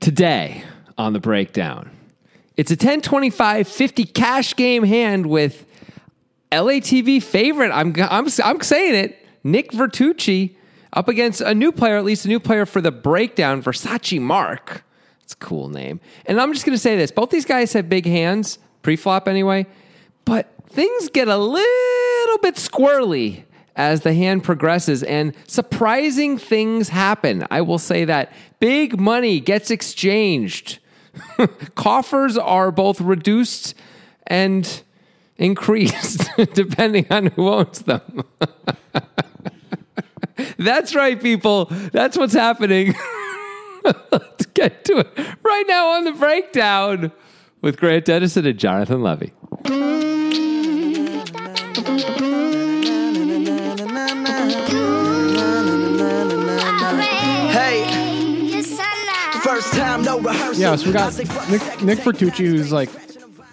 Today on the breakdown, it's a 10 25 50 cash game hand with LATV favorite. I'm, I'm, I'm saying it, Nick Vertucci, up against a new player, at least a new player for the breakdown, Versace Mark. It's a cool name. And I'm just going to say this both these guys have big hands, pre flop anyway, but things get a little bit squirrely as the hand progresses and surprising things happen. I will say that big money gets exchanged. Coffers are both reduced and increased depending on who owns them. That's right, people. That's what's happening. Let's get to it right now on the breakdown with Grant Dennison and Jonathan Levy. Hey, first time, no rehearsal. Yeah, so we got Nick, Nick Fertucci, who's like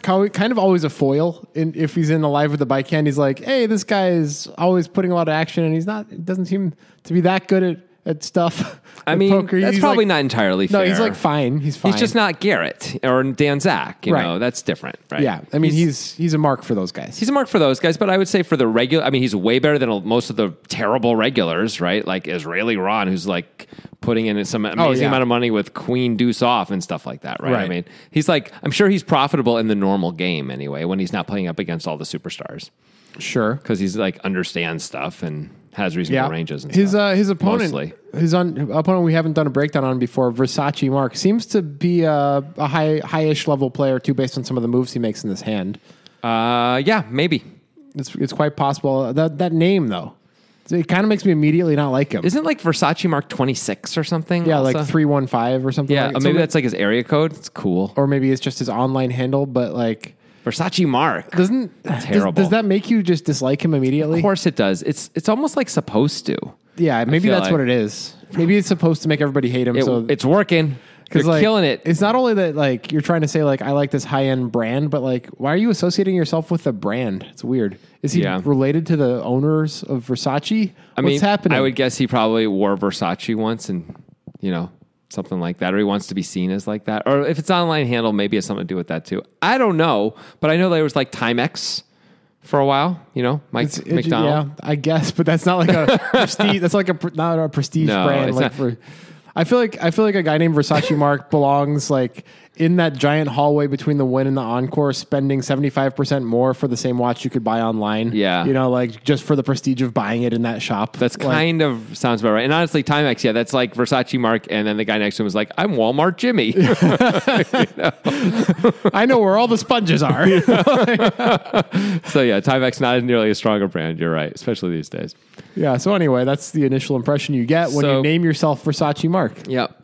co- kind of always a foil. In, if he's in the live with the bike hand, he's like, hey, this guy is always putting a lot of action, and he's not. Doesn't seem to be that good at, at stuff. I at mean, poker. that's He's probably like- not entirely No, fair. he's like fine. He's fine. He's just not Garrett or Dan Zach. You Right. know, that's different, right? Yeah, I mean, he's he's a mark for those guys. he's a mark for those guys, but I would say for the regular, I mean, he's way better than most of the terrible regulars, right? Like Israeli Ron, who's like putting in some amazing Oh, yeah. amount of money with Queen Deuce off and stuff like that, right? I Right. mean, he's like, I'm sure he's profitable in the normal game anyway when he's not playing up against all the superstars sure. because he's like understands stuff and has reasonable Yeah, ranges and his stuff. uh, his opponent, mostly. his un, opponent we haven't done a breakdown on before, Versace Mark seems to be a, a high high-ish level player too, based on some of the moves he makes in this hand. Uh, yeah, maybe. It's it's quite possible that that name though, it kind of makes me immediately not like him. Isn't like Versace Mark 26 or something? yeah, also? like three one five or something. Yeah, like uh, maybe that's like his area code. It's cool. or maybe it's just his online handle. But like, Versace Mark. doesn't Terrible. Does, does that make you just dislike him immediately? Of course it does. It's it's almost like supposed to. Yeah, maybe feel that's like- what it is. Maybe it's supposed to make everybody hate him. It- so it's working. They're like, killing it. It's not only that like you're trying to say like I like this high end brand, but like why are you associating yourself with the brand? It's weird. Is he Yeah. related to the owners of Versace? I What's mean, happening? I would guess he probably wore Versace once, and you know something like that, or he wants to be seen as like that, or if it's online handle, maybe it's something to do with that too. I don't know, but I know there was like Timex for a while. You know, Mike It's- it- McDonald. yeah, I guess, but that's not like a prestige. That's like a pr- not a prestige No, brand. it's Like not. for, I feel like I feel like a guy named Versace Mark belongs like in that giant hallway between the win and the encore, spending seventy five percent more for the same watch you could buy online. Yeah. you know, like just for the prestige of buying it in that shop. That's Like, kind of sounds about right. And honestly, Timex, yeah, that's like Versace Mark, and then the guy next to him was like, "I'm Walmart Jimmy." I know where all the sponges are. so yeah, Timex not nearly as strong a brand. You're right, especially these days. yeah. So anyway, that's the initial impression you get when So- you name yourself Versace Mark. Yep.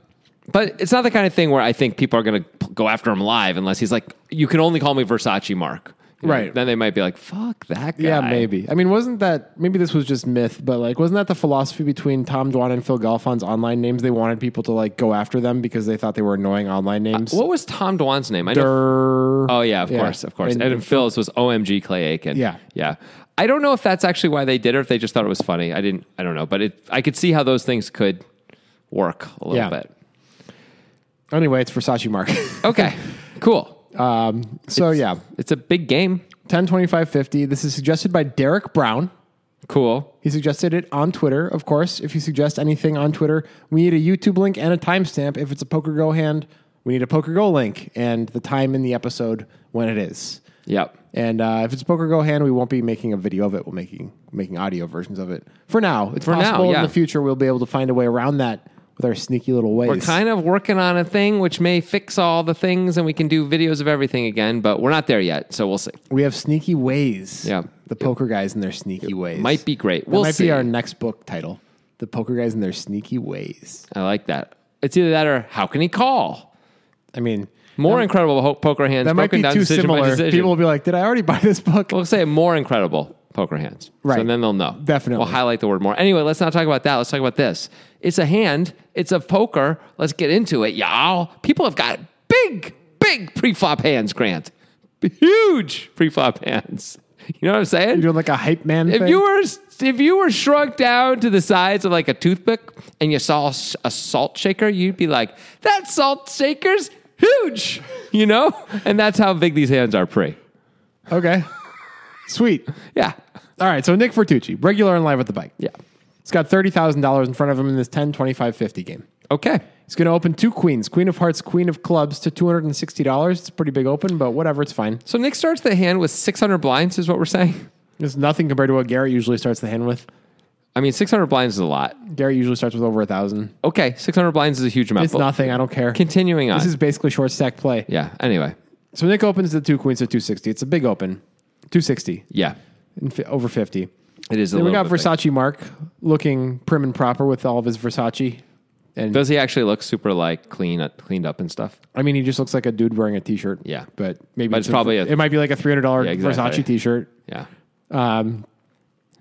But it's not the kind of thing where I think people are going to go after him live unless he's like, you can only call me Versace Mark. You know, Right. Then they might be like, fuck that guy. Yeah, maybe. I mean, wasn't that maybe this was just myth, but like, wasn't that the philosophy between Tom Dwan and Phil Galfon's online names? They wanted people to like go after them because they thought they were annoying online names. Uh, What was Tom Dwan's name? I know. Durr. Oh, yeah, of course, of course. And, And- Phil's was OMG Clay Aiken. Yeah. Yeah. I don't know if that's actually why they did it, or if they just thought it was funny. I didn't, I don't know. But it, I could see how those things could work a little Yeah. bit. anyway, it's Versace Mark. Okay. cool. so yeah, It's a big game. 10, 25, 50. This is suggested by Derek Brown. Cool. He suggested it on Twitter, of course. If you suggest anything on Twitter, we need a YouTube link and a timestamp. If it's a Poker Go hand, we need a Poker Go link and the time in the episode when it is. Yep. And uh, if it's Poker Go hand, we won't be making a video of it. We're making making audio versions of it for now. It's For now, possible yeah. in the future we'll be able to find a way around that with our sneaky little ways. We're kind of working on a thing which may fix all the things and we can do videos of everything again, but we're not there yet, so we'll see. we have sneaky ways. Yeah. the poker guys and their sneaky ways Might be great. That We'll might see. be our next book title: The Poker Guys and Their Sneaky Ways. I like that. It's either that or how can he call? I mean, More incredible ho- poker hands. that might broken be down too decision by similar. decision. People will be like, "Did I already buy this book?" We'll say more incredible poker hands. So Right. then they'll know. Definitely. We'll highlight the word more. Anyway, let's not talk about that. Let's talk about this. It's a hand. It's a poker. Let's get into it, y'all. People have got big, big pre-flop hands, Grant. Huge pre-flop hands. You know what I'm saying? You're doing like a hype man. If thing? you were if you were shrunk down to the size of like a toothpick and you saw a s- a salt shaker, you'd be like, that salt shaker's huge, you know? And that's how big these hands are, pre. Okay. Sweet. Yeah. All right. So Nick Fortucci, regular and live at the bike. Yeah. He's got $30,000 in front of him in this 10, 25, 50 game. Okay. He's going to open two queens, queen of hearts, queen of clubs to $260. It's a pretty big open, but whatever. It's fine. So Nick starts the hand with 600 blinds, is what we're saying. It's nothing compared to what Garrett usually starts the hand with. I mean, 600 blinds is a lot. Garrett usually starts with over a thousand. Okay. 600 blinds is a huge amount. It's but nothing. I don't care. Continuing on. This is basically short stack play. yeah. Anyway. So Nick opens the two queens to 260. It's a big open. 260 Yeah. and fi- over 50. It is a Then we little got bit big. Versace Mark looking prim and proper with all of his Versace. And Does he actually look super like clean, uh, cleaned up and stuff? I mean, he just looks like a dude wearing a t-shirt. Yeah. But maybe But it's probably a- it might be like a $300 Yeah, exactly. Versace t-shirt. Yeah. Um,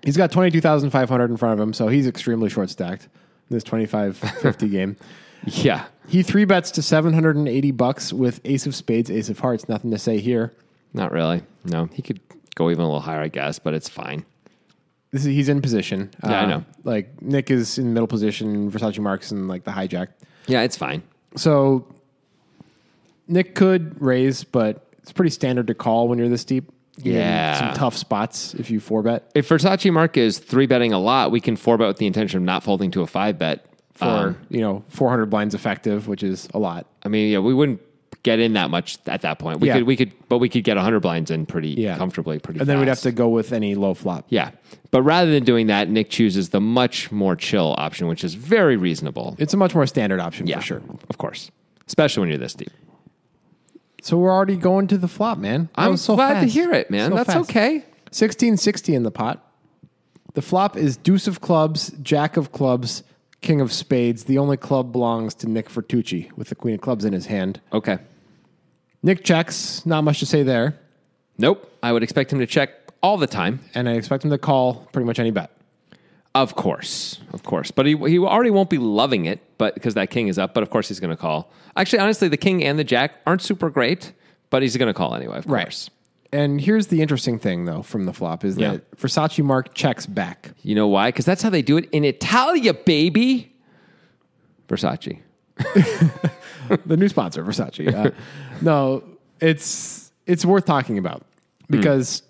he's got 22,500 in front of him, so he's extremely short stacked in this 25-50 game. Yeah. He three bets to 780 bucks with ace of spades, ace of hearts. Nothing to say here. Not really. No, he could go even a little higher, I guess, but it's fine. This is, he's in position. Uh, Yeah, I know. Like Nick is in middle position, Versace Marks in like the hijack. Yeah, it's fine. So Nick could raise, but it's pretty standard to call when you're this deep. You're in Yeah. some tough spots if you four bet. If Versace Mark is three betting a lot, we can four bet with the intention of not folding to a five bet. for Um, you know 400 blinds effective, which is a lot. I mean, yeah, we wouldn't get in that much at that point. We Yeah. could, we could, but we could get hundred blinds in pretty Yeah. comfortably, pretty. And then we'd have fast. to go with any low flop. yeah. But rather than doing that, Nick chooses the much more chill option, which is very reasonable. It's a much more standard option yeah, for sure. of course, especially when you're this deep. So we're already going to the flop, man. That I'm was so glad to fast. hear it, man. So That's fast. okay. 1660 in the pot. The flop is deuce of clubs, jack of clubs, king of spades. The only club belongs to Nick Fertucci with the queen of clubs in his hand. Okay. Nick checks, not much to say there, Nope. I would expect him to check all the time. and I expect him to call pretty much any bet. Of course, of course. But he he already won't be loving it, but because that king is up. But of course, he's going to call. Actually, honestly, the king and the jack aren't super great, but he's going to call anyway. Of course. And here's the interesting thing though from the flop is Yeah. that Versace Mark checks back. You know why? Because that's how they do it in Italia, baby. Versace. the new sponsor, Versace. Uh, no, it's it's worth talking about Hmm. because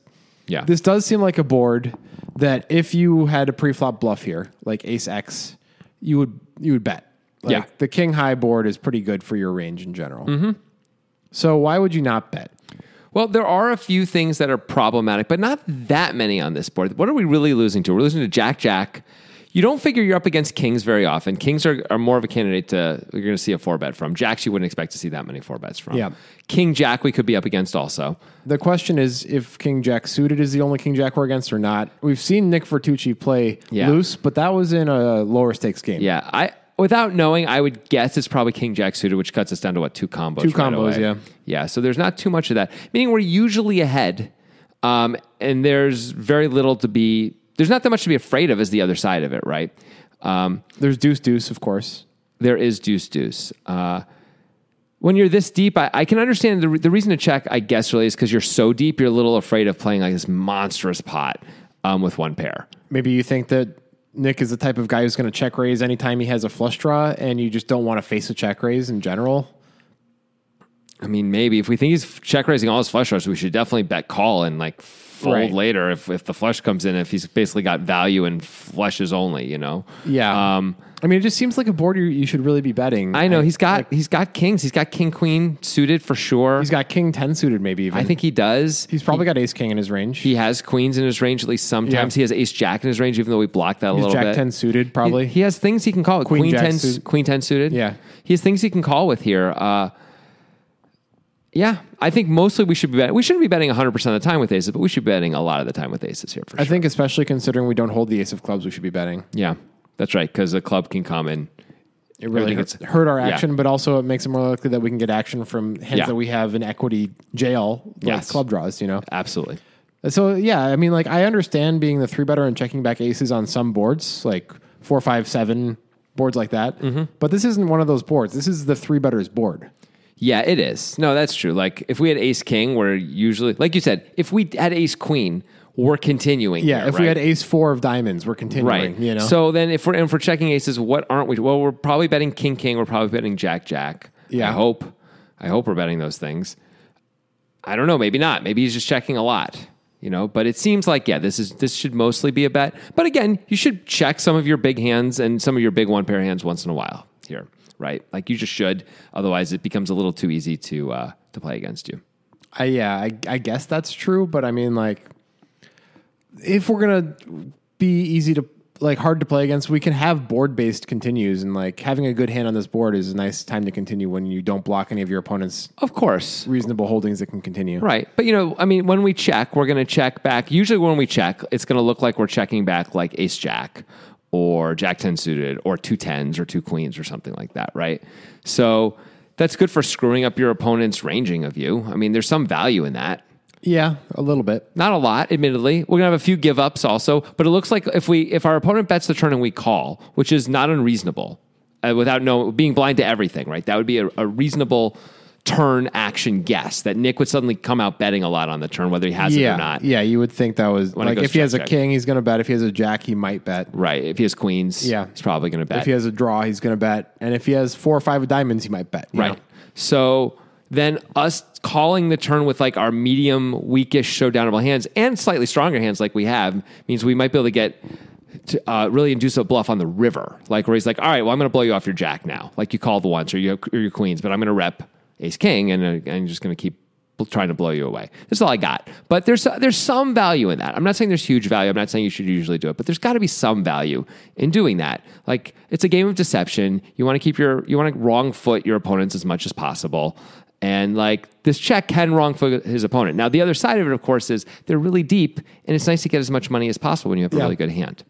Yeah. this does seem like a board that if you had a pre-flop bluff here, like Ace X, you would you would bet. Like, Yeah. Mm-hmm. the King High board is pretty good for your range in general. So why would you not bet? Well, there are a few things that are problematic, but not that many on this board. What are we really losing to? We're losing to Jack Jack. You don't figure you're up against Kings very often. Kings are, are more of a candidate to, you're going to see a four bet from. Jacks, you wouldn't expect to see that many four bets from. Yeah. King Jack, we could be up against also. The question is if King Jack suited is the only King Jack we're against or not. We've seen Nick Vertucci play Yeah. loose, but that was in a lower stakes game. Yeah. I, without knowing, I would guess it's probably King Jack suited, which cuts us down to what, two combos? Two right combos, away. yeah. Yeah. So there's not too much of that, meaning we're usually ahead. Um, and there's very little to be, there's not that much to be afraid of as the other side of it, right? Um, There's deuce deuce, of course. there is deuce deuce. Uh, when you're this deep, I, I can understand the, re- the reason to check, I guess, really is because you're so deep, you're a little afraid of playing like this monstrous pot um, with one pair. maybe you think that Nick is the type of guy who's going to check raise anytime he has a flush draw, and you just don't want to face a check raise in general. I mean, maybe if we think he's check raising all his flush draws, we should definitely bet call and like fold Right. later if, if the flush comes in, if he's basically got value and flushes only, you know? Yeah. Um, I mean, it just seems like a board you, you should really be betting. I know he's got he's got kings, he's got king queen suited for sure. he's got king ten suited, maybe even. I think he does. he's probably got ace king in his range. He has queens in his range at least sometimes. He Yeah. has ace jack in his range, even though we blocked that a he's little jack bit. ten suited, probably. He, he has things he can call. Queen, queen Queen jack ten, suit- queen ten suited. Yeah. he has things he can call with here. Uh, yeah, I think mostly we should be betting. We shouldn't be betting 100 percent of the time with aces, but we should be betting a lot of the time with aces here for I sure. think, especially considering we don't hold the ace of clubs, we should be betting. yeah, that's right because a club can come in. It I really think hurt, it's- hurt our yeah. action, but also it makes it more likely that we can get action from hands Yeah. that we have in equity jail, like Yes. club draws. You know, Absolutely. So yeah, I mean, like I understand being the three better and checking back aces on some boards, like four, five, seven boards like that. Mm-hmm. But this isn't one of those boards. This is the three betters board. Yeah, it is. No, that's true. Like if we had ace king, where usually, like you said, if we had ace queen, we're continuing. Yeah, here, if we right? had ace four of diamonds, we're continuing. right. You know, So then if we're and if we're checking aces, what aren't we? Well, we're probably betting king king. We're probably betting jack jack. Yeah. I hope. I hope we're betting those things. I don't know. Maybe not. Maybe he's just checking a lot. You know, but it seems like yeah, this is this should mostly be a bet. But again, you should check some of your big hands and some of your big one pair hands once in a while here, right? Like you just should. Otherwise, it becomes a little too easy to uh, to play against you. I, yeah, I, I guess that's true. But I mean, like, if we're gonna be easy to like hard to play against, we can have board based continues, and like having a good hand on this board is a nice time to continue when you don't block any of your opponent's Of course, reasonable holdings that can continue. Right. But, you know, I mean, when we check, we're going to check back. Usually, when we check, it's going to look like we're checking back like ace jack or jack 10 suited or two tens or two queens or something like that. Right. So that's good for screwing up your opponent's ranging of you. I mean, there's some value in that. Yeah, a little bit. Not a lot, admittedly. We're gonna have a few give ups also, but it looks like if we if our opponent bets the turn and we call, which is not unreasonable, uh, without know being blind to everything, right? That would be a, a reasonable turn action guess that Nick would suddenly come out betting a lot on the turn, whether he has it yeah, or not. yeah. You would think that was it like goes if he has check, a check. king, he's gonna bet. If he has a jack, he might bet. Right. If he has queens, Yeah. he's probably gonna bet. If he has a draw, he's gonna bet, and if he has four or five of diamonds, he might bet. you Right. know? So then us calling the turn with like our medium, weakish, showdownable hands and slightly stronger hands like we have means we might be able to get to uh, really induce a bluff on the river, like where he's like, all right, well, I'm going to blow you off your jack now. Like you called once or, you, or your queens, but I'm going to rep ace king and, uh, I'm just going to keep bl- trying to blow you away. That's all I got. But there's, uh, there's some value in that. I'm not saying there's huge value. I'm not saying you should usually do it, but there's got to be some value in doing that. Like it's a game of deception. You want to keep your, you want to wrong foot your opponents as much as possible. And like this check can wrong foot his opponent. Now, the other side of it, of course, is they're really deep and it's nice to get as much money as possible when you have a Yeah. really good hand.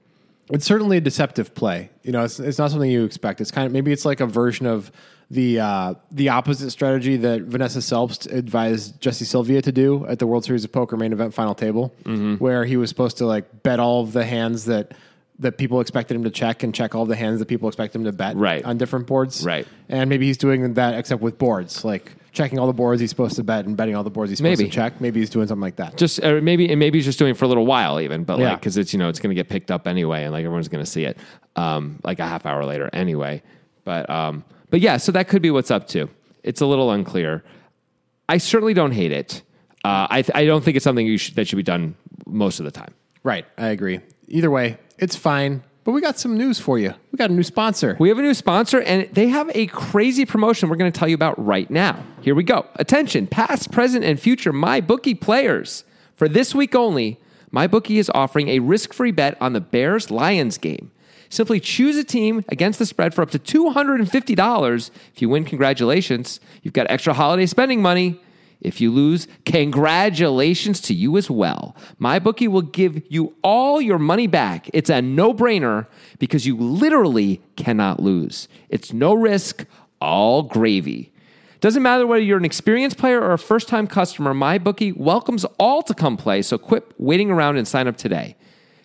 It's certainly a deceptive play. You know, it's, it's not something you expect. It's kind of maybe it's like a version of the uh, the opposite strategy that Vanessa Selbst advised Jesse Sylvia to do at the World Series of Poker main event final table, Mm-hmm. where he was supposed to like bet all of the hands that that people expected him to check and check all the hands that people expect him to bet Right. on different boards. Right. And maybe he's doing that except with boards, like checking all the boards he's supposed to bet and betting all the boards he's supposed Maybe. to check. Maybe he's doing something like that. just or maybe and maybe he's just doing it for a little while even but Yeah. like because it's you know it's going to get picked up anyway and like everyone's going to see it um like a half hour later anyway but um but yeah so that could be what's up to it's a little unclear i certainly don't hate it uh i th- i don't think it's something you should, that should be done most of the time Right, I agree. Either way, it's fine. But we got some news for you. We got a new sponsor. we have a new sponsor and they have a crazy promotion we're going to tell you about right now here we go attention past present and future my bookie players for this week only my bookie is offering a risk-free bet on the bears lions game simply choose a team against the spread for up to $250 if you win congratulations you've got extra holiday spending money if you lose, congratulations to you as well. MyBookie will give you all your money back. It's a no brainer because you literally cannot lose. It's no risk, all gravy. Doesn't matter whether you're an experienced player or a first time customer, MyBookie welcomes all to come play, so quit waiting around and sign up today.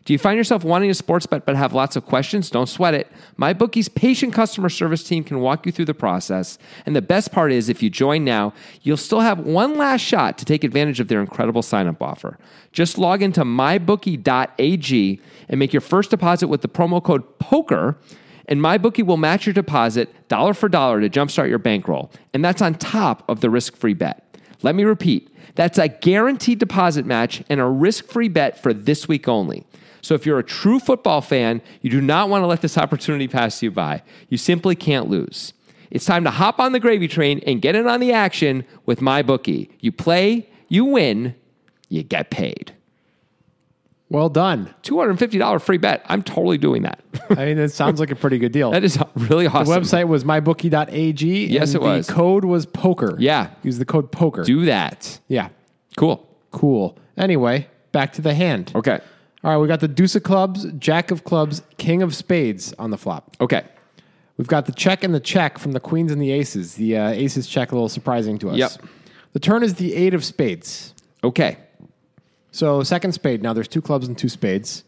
Do you find yourself wanting a sports bet but have lots of questions? Don't sweat it. MyBookie's patient customer service team can walk you through the process. And the best part is, if you join now, you'll still have one last shot to take advantage of their incredible sign up offer. Just log into mybookie.ag and make your first deposit with the promo code POKER. And MyBookie will match your deposit dollar for dollar to jumpstart your bankroll. And that's on top of the risk free bet. Let me repeat that's a guaranteed deposit match and a risk free bet for this week only. So if you're a true football fan, you do not want to let this opportunity pass you by. You simply can't lose. It's time to hop on the gravy train and get in on the action with MyBookie. You play, you win, you get paid. Well done. $250 free bet. I'm totally doing that. I mean, it sounds like a pretty good deal. that is really the awesome. website was mybookie.ag. Yes, and it was. The code was poker. Yeah. Use the code poker. Do that. yeah. Cool. Cool. Anyway, back to the hand. Okay. All right, we got the deuce of clubs, jack of clubs, king of spades on the flop. Okay. We've got the check and the check from the queens and the aces. The uh, aces check a little surprising to us. Yep. The turn is the eight of spades. Okay. So second spade. Now there's two clubs and two spades.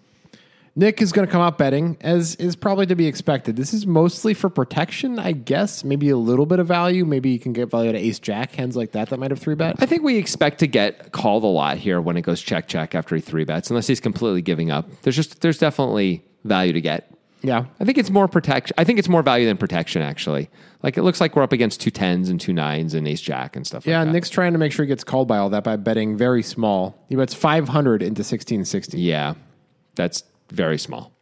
Nick is going to come out betting, as is probably to be expected. This is mostly for protection, I guess. Maybe a little bit of value. Maybe you can get value at ace jack hands like that that might have three bet. I think we expect to get called a lot here when it goes check check after he three bets, unless he's completely giving up. There's just there's definitely value to get. Yeah, I think it's more protection. I think it's more value than protection actually. Like it looks like we're up against two tens and two nines and ace jack and stuff. yeah. like that. Nick's trying to make sure he gets called by all that by betting very small. He bets five hundred into sixteen sixty. Yeah, that's very small.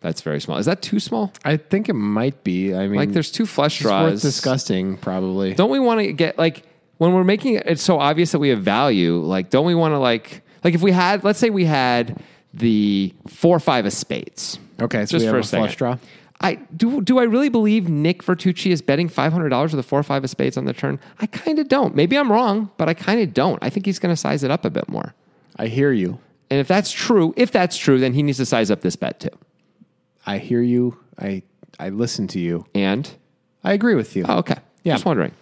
That's very small. Is that too small? I think it might be. I mean, Like there's two flush Mm. it's worth draws. discussing probably. don't we want to get like when we're making it so obvious that we have value like don't we want to like like if we had let's say we had the four five of spades Okay, so just we have for a a, second. flush draw. i do do i really believe nick vertucci is betting $500 with a four five of spades on the turn i kind of don't maybe i'm wrong but i kind of don't i think he's going to size it up a bit more I hear you. and if that's true if that's true then he needs to size up this bet too I hear you. I I listen to you. and I agree with you. oh, okay Yeah. just wondering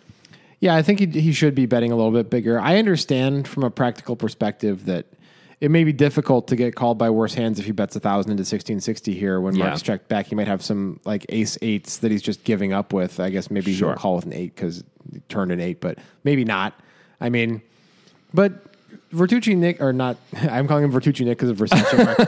Yeah, I think he, he should be betting a little bit bigger. I understand from a practical perspective that it may be difficult to get called by worse hands if he bets a thousand into sixteen sixty here. When Yeah. Mark's checked back, he might have some like ace eights that he's just giving up with. I guess maybe Sure. he'll call with an eight because he turned an eight, but maybe not. I mean, but Vertucci Nick or not? I'm calling him Vertucci Nick because of Versace. Mark.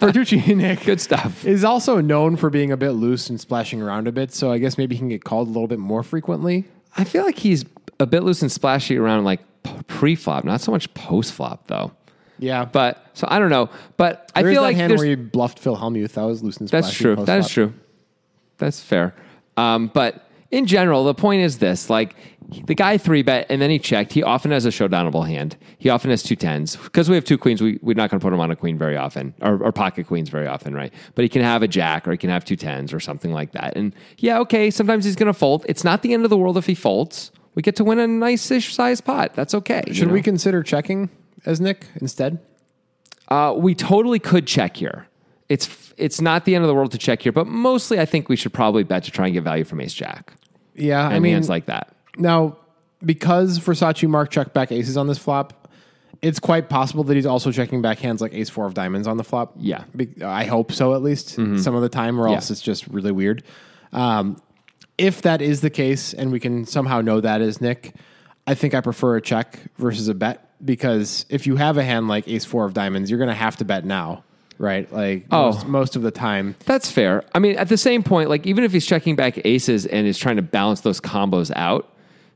Vertucci Nick good stuff is also known for being a bit loose and splashing around a bit. So I guess maybe he can get called a little bit more frequently. I feel like he's a bit loose and splashy around like pre flop, not so much post flop though. Yeah, But so I don't know. But I There is feel that like hand there's, where you bluffed Phil Hellmuth. That was loose and that's splashy true. post That is flop. true. That's fair. Um, but in general, the point is this: like the guy three bet and then he checked. He often has a showdownable hand. He often has two tens because we have two queens. We we're not going to put him on a queen very often or, or pocket queens very often, right? But he can have a jack or he can have two tens or something like that. And yeah, okay. Sometimes he's going to fold. It's not the end of the world if he folds. We get to win a nice-ish size pot. That's okay. you Should know? we consider checking as Nick instead? Uh, we totally could check here. It's it's not the end of the world to check here, but mostly I think we should probably bet to try and get value from Ace Jack Yeah, I and mean, hands like that. now because Versace Mark checked back aces on this flop, it's quite possible that he's also checking back hands like Ace Four of Diamonds on the flop. Yeah. Mm-hmm. Be- I hope so at least some of the time, or else it's just really weird. Um, if that is the case, and we can somehow know that as Nick, I think I prefer a check versus a bet because if you have a hand like Ace Four of Diamonds, you're going to have to bet now, right? Like Oh. most, most of the time. That's fair. I mean, at the same point, like even if he's checking back aces and is trying to balance those combos out,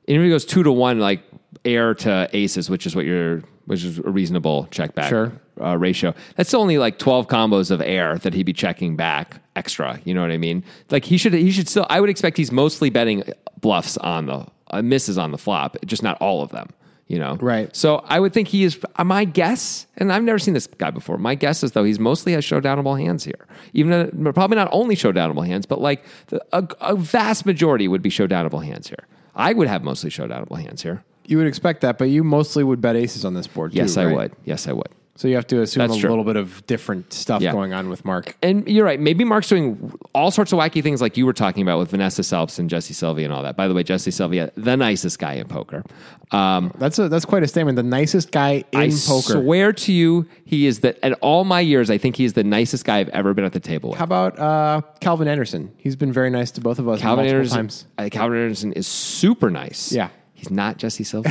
and if he goes two to one, like air to aces, which is what you're, which is a reasonable check back Sure. uh, ratio. That's only like twelve combos of air that he'd be checking back extra. You know what I mean? Like he should, he should still. I would expect he's mostly betting bluffs on the uh, misses on the flop, just not all of them. You know, Right. So I would think he is. uh, My guess, and I've never seen this guy before. My guess is though he's mostly has showdownable hands here. Even though- probably not only showdownable hands, but like the, a, a vast majority would be showdownable hands here. I would have mostly showdownable hands here. You would expect that, but you mostly would bet aces on this board. Yes, too, I right? would. Yes, I would. So you have to assume That's a true. little bit of different stuff Yeah. going on with Mark. And you're right. Maybe Mark's doing all sorts of wacky things like you were talking about with Vanessa Selps and Jesse Sylvia and all that. By the way, Jesse Sylvia, the nicest guy in poker. Um, That's a that's quite a statement. The nicest guy in I poker. swear to you, he is the. In all my years, I think he is the nicest guy I've ever been at the table with. How about uh, Calvin Anderson? He's been very nice to both of us Calvin multiple Anderson, times. uh, Calvin Anderson is super nice. Yeah. He's not Jesse Sylvia.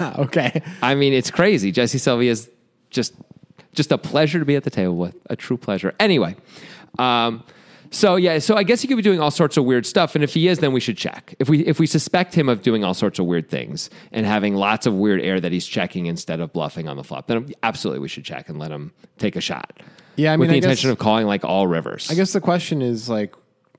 Okay, I mean, it's crazy. Jesse Sylvia is just just a pleasure to be at the table with, a true pleasure. Anyway, um, so yeah, so I guess he could be doing all sorts of weird stuff, and if he is, then we should check. If we if we suspect him of doing all sorts of weird things and having lots of weird air that he's checking instead of bluffing on the flop, then absolutely we should check and let him take a shot. Yeah, I with mean, the I intention guess- of calling like all rivers. I guess the question is like,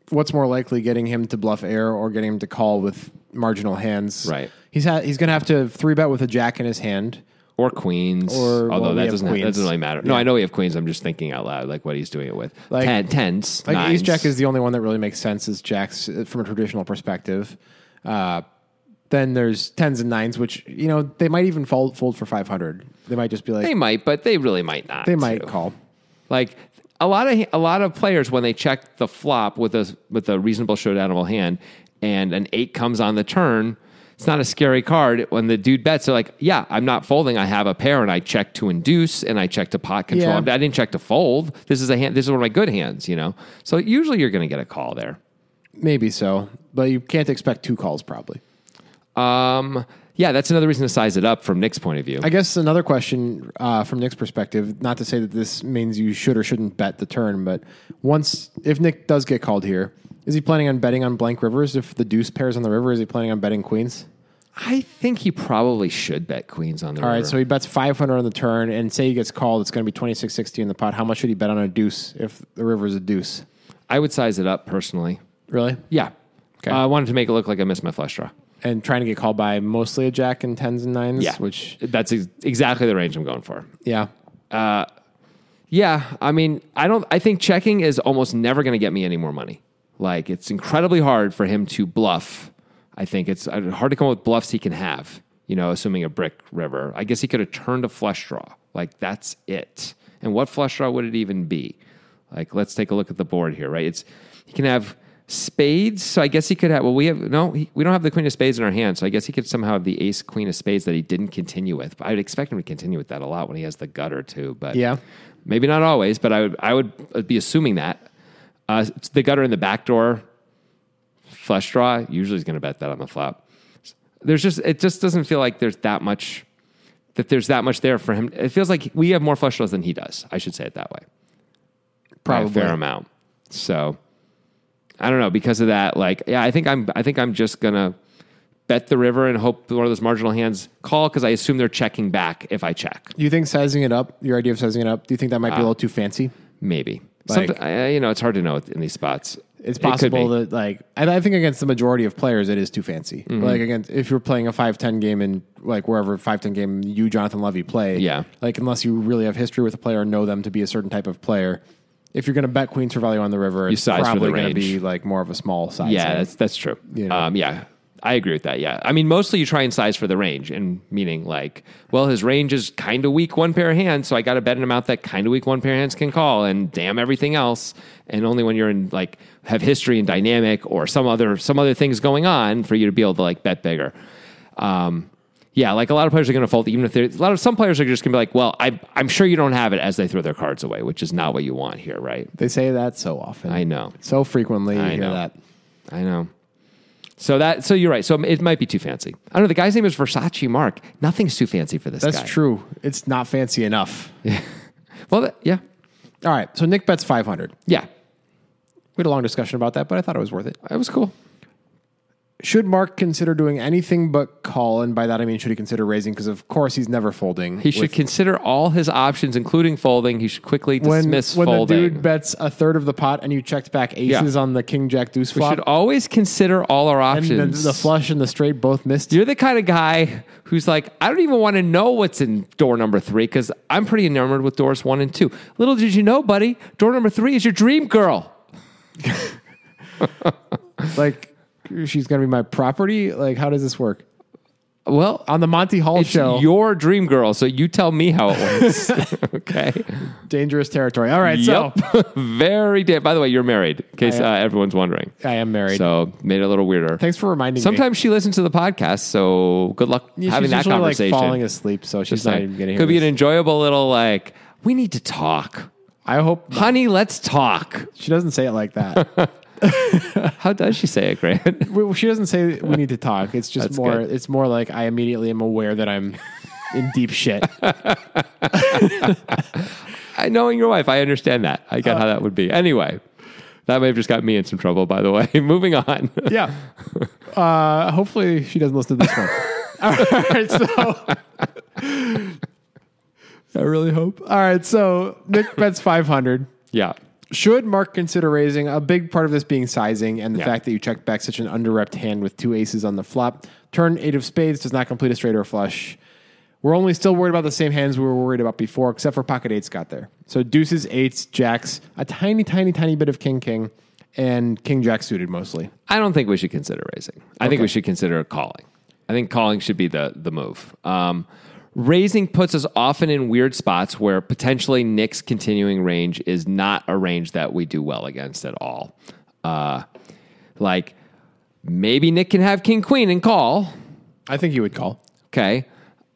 what's more likely, getting him to bluff air or getting him to call with marginal hands? Right. He's ha- he's gonna have to three bet with a jack in his hand. or queens. Or- although well, we that have doesn't that queens. doesn't really matter. No, I know we have queens. I'm just thinking out loud like what he's doing it with. Like- Ten, tens, Like nines. ace jack is the only one that really makes sense as jacks uh, from a traditional perspective. Uh, then there's tens and nines, which you know they might even fold fold for five hundred. They might just be like They might, but they really might not. they might too. call. Like a lot of a lot of players when they check the flop with a with a reasonable showdownable hand and an eight comes on the turn, it's not a scary card. When the dude bets, they're like, yeah, I'm not folding. I have a pair, and I check to induce, and I check to pot control. Yeah. I didn't check to fold. This is a hand. This is one of my good hands, you know. So usually you're going to get a call there. Maybe so, but you can't expect two calls probably. Um, yeah, that's another reason to size it up from Nick's point of view. I guess another question uh, from Nick's perspective, not to say that this means you should or shouldn't bet the turn, but once, if Nick does get called here, is he planning on betting on blank rivers? If the deuce pairs on the river, is he planning on betting queens? I think he probably should bet queens on the All river. right, so he bets 500 on the turn, and say he gets called, it's going to be 2660 in the pot. How much should he bet on a deuce if the river is a deuce? I would size it up personally. Really? Yeah. Okay. Uh, I wanted to make it look like I missed my flush draw. And trying to get called by mostly a jack and tens and nines, Yeah. which, That's ex- exactly the range I'm going for. yeah. Yeah, I mean, I don't. I think checking is almost never going to get me any more money. Like it's incredibly hard for him to bluff. I think it's uh, hard to come up with bluffs he can have. You know, assuming a brick river. I guess he could have turned a flush draw. Like that's it. And what flush draw would it even be? Like let's take a look at the board here. Right, it's he can have spades. So I guess he could have. Well, we have no. He, we don't have the queen of spades in our hand. So I guess he could somehow have the ace queen of spades that he didn't continue with. But I'd expect him to continue with that a lot when he has the gutter too. But Yeah. Maybe not always, but I would I would be assuming that. Uh, it's the gutter in the back door, flush draw usually is going to bet that on the flop. There's just it just doesn't feel like there's that much that there's that much there for him. It feels like we have more flush draws than he does. I should say it that way. By a Probably. fair amount. So I don't know because of that. Like yeah, I think I'm I think I'm just gonna bet the river and hope one of those marginal hands call because I assume they're checking back if I check. Do you think sizing it up, your idea of sizing it up, do you think that Uh, might be a little too fancy? Maybe. Like- Somet- I- you know, it's hard to know in these spots. It's It could possible be. that like and I think against the majority of players it is too fancy. Mm-hmm. Like against if you're playing a five ten game in like wherever five ten game you Jonathan Levy play, Yeah. Like unless you really have history with a player or know them to be a certain type of player, if you're going to bet queens for value on the river, it's size for the probably going to range. be like more of a small size. yeah, thing. that's that's true. You know. Um, yeah, I agree with that. Yeah, I mean, mostly you try and size for the range, and meaning like, well, his range is kind of weak one pair of hands, so I got to bet an amount that kind of weak one pair of hands can call, and damn everything else. And only when you're in like have history and dynamic or some other some other things going on for you to be able to like bet bigger. Um, yeah, like a lot of players are going to fold, even if they're a lot of some players are just going to be like, well, I, I'm sure you don't have it as they throw their cards away, which is not what you want here, right? they say that so often. I know. so frequently. You I hear know. that. I know. So that so you're right. So it might be too fancy. I don't know. The guy's name is Versace Mark. Nothing's too fancy for this That's guy. true. It's not fancy enough. Well, that, yeah, All right, so Nick bets five hundred. yeah. We had a long discussion about that, but I thought it was worth it. It was cool. Should Mark consider doing anything but call? And by that I mean, should he consider raising? Because of course he's never folding. He should with- consider all his options, including folding. He should quickly when dismiss when folding. the dude bets a third of the pot and you checked back aces Yeah. on the king jack deuce we flop, should always consider all our and options. the, the flush and the straight both missed. You're the kind of guy who's like, I don't even want to know what's in door number three because I'm pretty enamored with doors one and two. Little did you know, buddy, door number three is your dream girl. like she's gonna be my property. Like how does this work Well, on the Monty Hall it's show? your dream girl, so you tell me how it works. okay. dangerous territory. All right, so Yep. Very damn. By the way, you're married, in case uh, I am. everyone's wondering. I am married. So made it a little weirder. Thanks for reminding me. Sometimes she listens to the podcast, so good luck Yeah, having she's that usually, conversation. like falling asleep, so she's Just not like, even getting. could be an enjoyable little like. We need to talk, I hope honey. Let's talk. she doesn't say it like that. How does she say it, Grant? Well, she doesn't say we need to talk. It's just That's more. good. It's more like I immediately am aware that I'm in deep shit. I, knowing your wife, I understand that. I Uh, get how that would be. Anyway, that may have just got me in some trouble. By the way, moving on. yeah. Uh, hopefully, she doesn't listen to this one. All right, so. I really hope. All right, so Nick bets 500. yeah, Should Mark consider raising? A big part of this being sizing and the Yeah. fact that you checked back such an underrepped hand with two aces on the flop. Turn eight of spades does not complete a straight or a flush. We're only still worried about the same hands we were worried about before, except for pocket eights got there. So deuces, eights, jacks, a tiny, tiny, tiny bit of king, king, and king jack suited mostly. I don't think we should consider raising. I think Okay. we should consider calling. I think calling should be the the move. Um, raising puts us often in weird spots where potentially Nick's continuing range is not a range that we do well against at all. Uh, like maybe Nick can have king queen and call, I think he would call. Okay.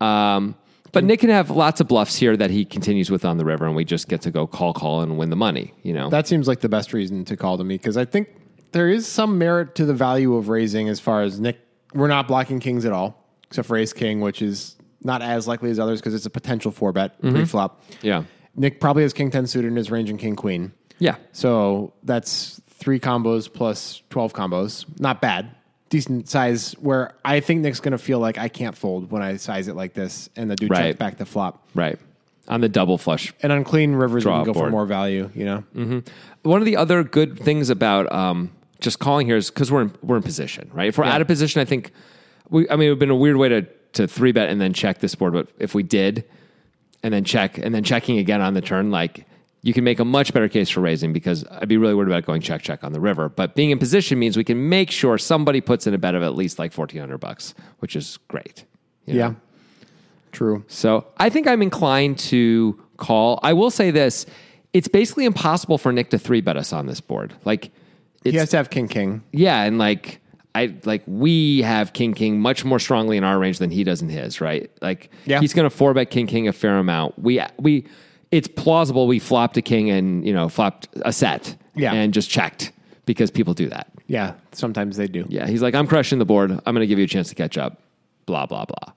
Um, but Nick can have lots of bluffs here that he continues with on the river, and we just get to go call, call, and win the money. You know, That seems like the best reason to call to me because I think there is some merit to the value of raising as far as Nick. We're not blocking kings at all, except for ace king, which is not as likely as others because it's a potential four bet pre flop. Mm-hmm. yeah, Nick probably has king 10 suited in his range and king queen. yeah. So that's three combos plus 12 combos. Not bad. Decent size where I think Nick's going to feel like I can't fold when I size it like this and the dude Right. checks back the flop. Right. On the double flush. And on clean rivers, Draw we can go board. Mm-hmm. for more value, you know? One of the other good things about um, just calling here is because we're in, we're in position, right? If we're out of position, I think we. I mean, it would have been a weird way to to three bet and then check this board, but if we did, and then check and then checking again on the turn, like you can make a much better case for raising because I'd be really worried about going check check on the river. But being in position means we can make sure somebody puts in a bet of at least like fourteen hundred bucks, which is great. you know? Yeah. True. So I think I'm inclined to call. I will say this: it's basically impossible for Nick to three bet us on this board. Like, it's, He has to have king king. yeah, and like I like we have king king much more strongly in our range than he does in his. Right? Like, Yeah. he's going to four bet king king a fair amount. We we it's plausible we flopped a king and you know flopped a set Yeah. and just checked because people do that. Yeah. Sometimes they do. Yeah, he's like, I'm crushing the board. I'm going to give you a chance to catch up. Blah blah blah.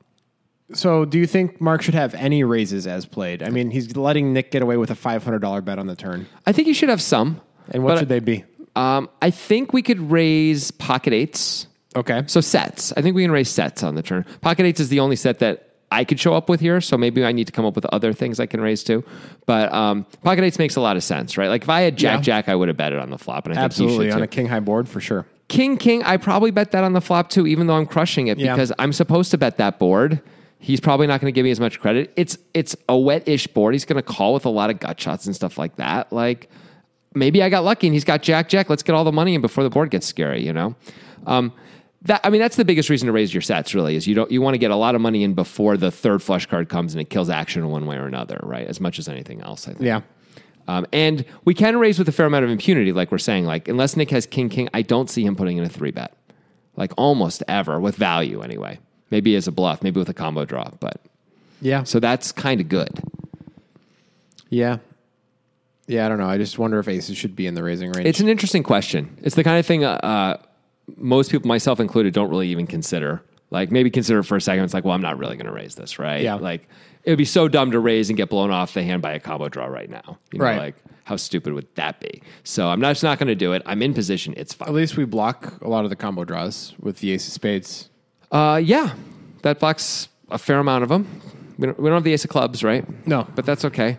So do you think Mark should have any raises as played? I mean, he's letting Nick get away with a $500 bet on the turn. I think you should have some. And what but- should they be? Um, I think we could raise pocket eights. Okay. So sets. I think we can raise sets on the turn. Pocket eights is the only set that I could show up with here. So maybe I need to come up with other things I can raise too. But um, pocket eights makes a lot of sense, right? Like if I had Jack Yeah. Jack, I would have bet it on the flop. And I think Absolutely. you On should a too. king high board for sure. King King, I probably bet that on the flop too, even though I'm crushing it Yeah. because I'm supposed to bet that board. He's probably not going to give me as much credit. It's it's a wet-ish board. He's going to call with a lot of gut shots and stuff like that. Like maybe I got lucky and he's got Jack Jack. Let's get all the money in before the board gets scary. You know, um, that I mean that's the biggest reason to raise your sets. Really is you don't you want to get a lot of money in before the third flush card comes and it kills action one way or another. Right, as much as anything else. I think. Yeah. Um, and we can raise with a fair amount of impunity, like we're saying. Like unless Nick has King King, I don't see him putting in a three bet, like almost ever with value anyway. Maybe as a bluff, maybe with a combo draw, but Yeah. so that's kind of good. Yeah. Yeah, I don't know. I just wonder if aces should be in the raising range. It's an interesting question. It's the kind of thing uh, uh, most people, myself included, don't really even consider. Like maybe consider it for a second. It's like, well, I'm not really going to raise this, right? Yeah. Like it would be so dumb to raise and get blown off the hand by a combo draw right now. You know, Right. Like how stupid would that be? So I'm not just not going to do it. I'm in position. It's fine. At least we block a lot of the combo draws with the ace of spades. Uh, yeah, that blocks a fair amount of them. We don't, we don't have the ace of clubs, right? No. but that's okay.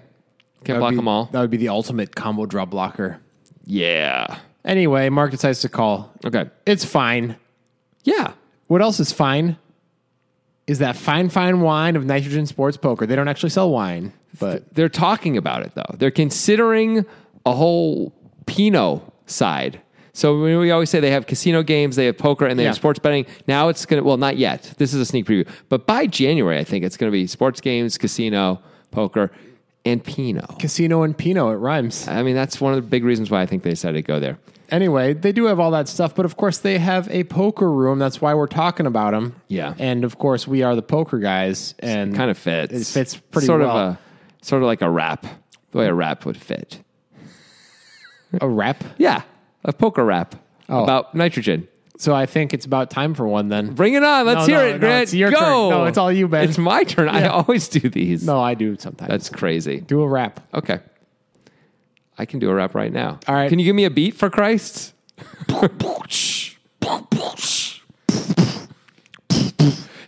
Can't That would block be- them all. That would be the ultimate combo draw blocker. Yeah. Anyway, Mark decides to call. Okay. It's fine. Yeah. What else is fine? Is that fine, fine wine of Nitrogen Sports Poker? They don't actually sell wine, but They're talking about it though. They're considering a whole Pinot side. So we we always say they have casino games, they have poker, and they have Yeah. sports betting. Now it's gonna well, not yet. This is a sneak preview, but by January, I think it's gonna be sports games, casino, poker, and Pinot. Casino and Pinot, it rhymes. I mean, that's one of the big reasons why I think they decided to go there. Anyway, they do have all that stuff, but of course they have a poker room. That's why we're talking about them. Yeah. And of course we are the poker guys, and kind of fits. Mm. It fits pretty sort well. of a sort of like a wrap, the way a wrap would fit. a rep. Yeah, a poker wrap Oh. about nitrogen. So I think it's about time for one then. Bring it on. Let's No, hear no, it, no, Grant. it's your Go. turn. No, it's all you, Ben. It's my turn. I Yeah. always do these. No, I do sometimes. that's Oh. crazy. do a rap. Okay, I can do a wrap right now. All right. Can you give me a beat for Christ?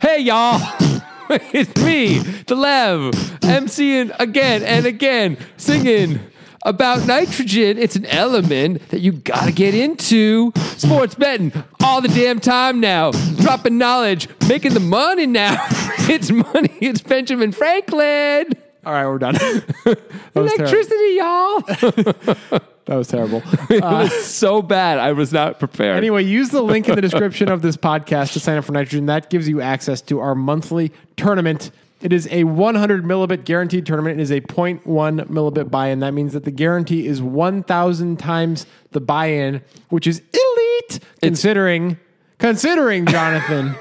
Hey y'all, it's me, the Lev, emceeing again and again, singing about nitrogen. It's an element that you gotta get into. Sports betting all the damn time now, dropping knowledge, making the money now. it's money. It's Benjamin Franklin. All right, we're done. that, was terrible. Electricity, y'all. that was terrible. it was so bad. I was not prepared. Anyway, use the link in the description of this podcast to sign up for Nitrogen. That gives you access to our monthly tournament. It is a 100 millibit guaranteed tournament. It is a 0.1 millibit buy in. That means that the guarantee is 1,000 times the buy in, which is elite considering, considering, Jonathan,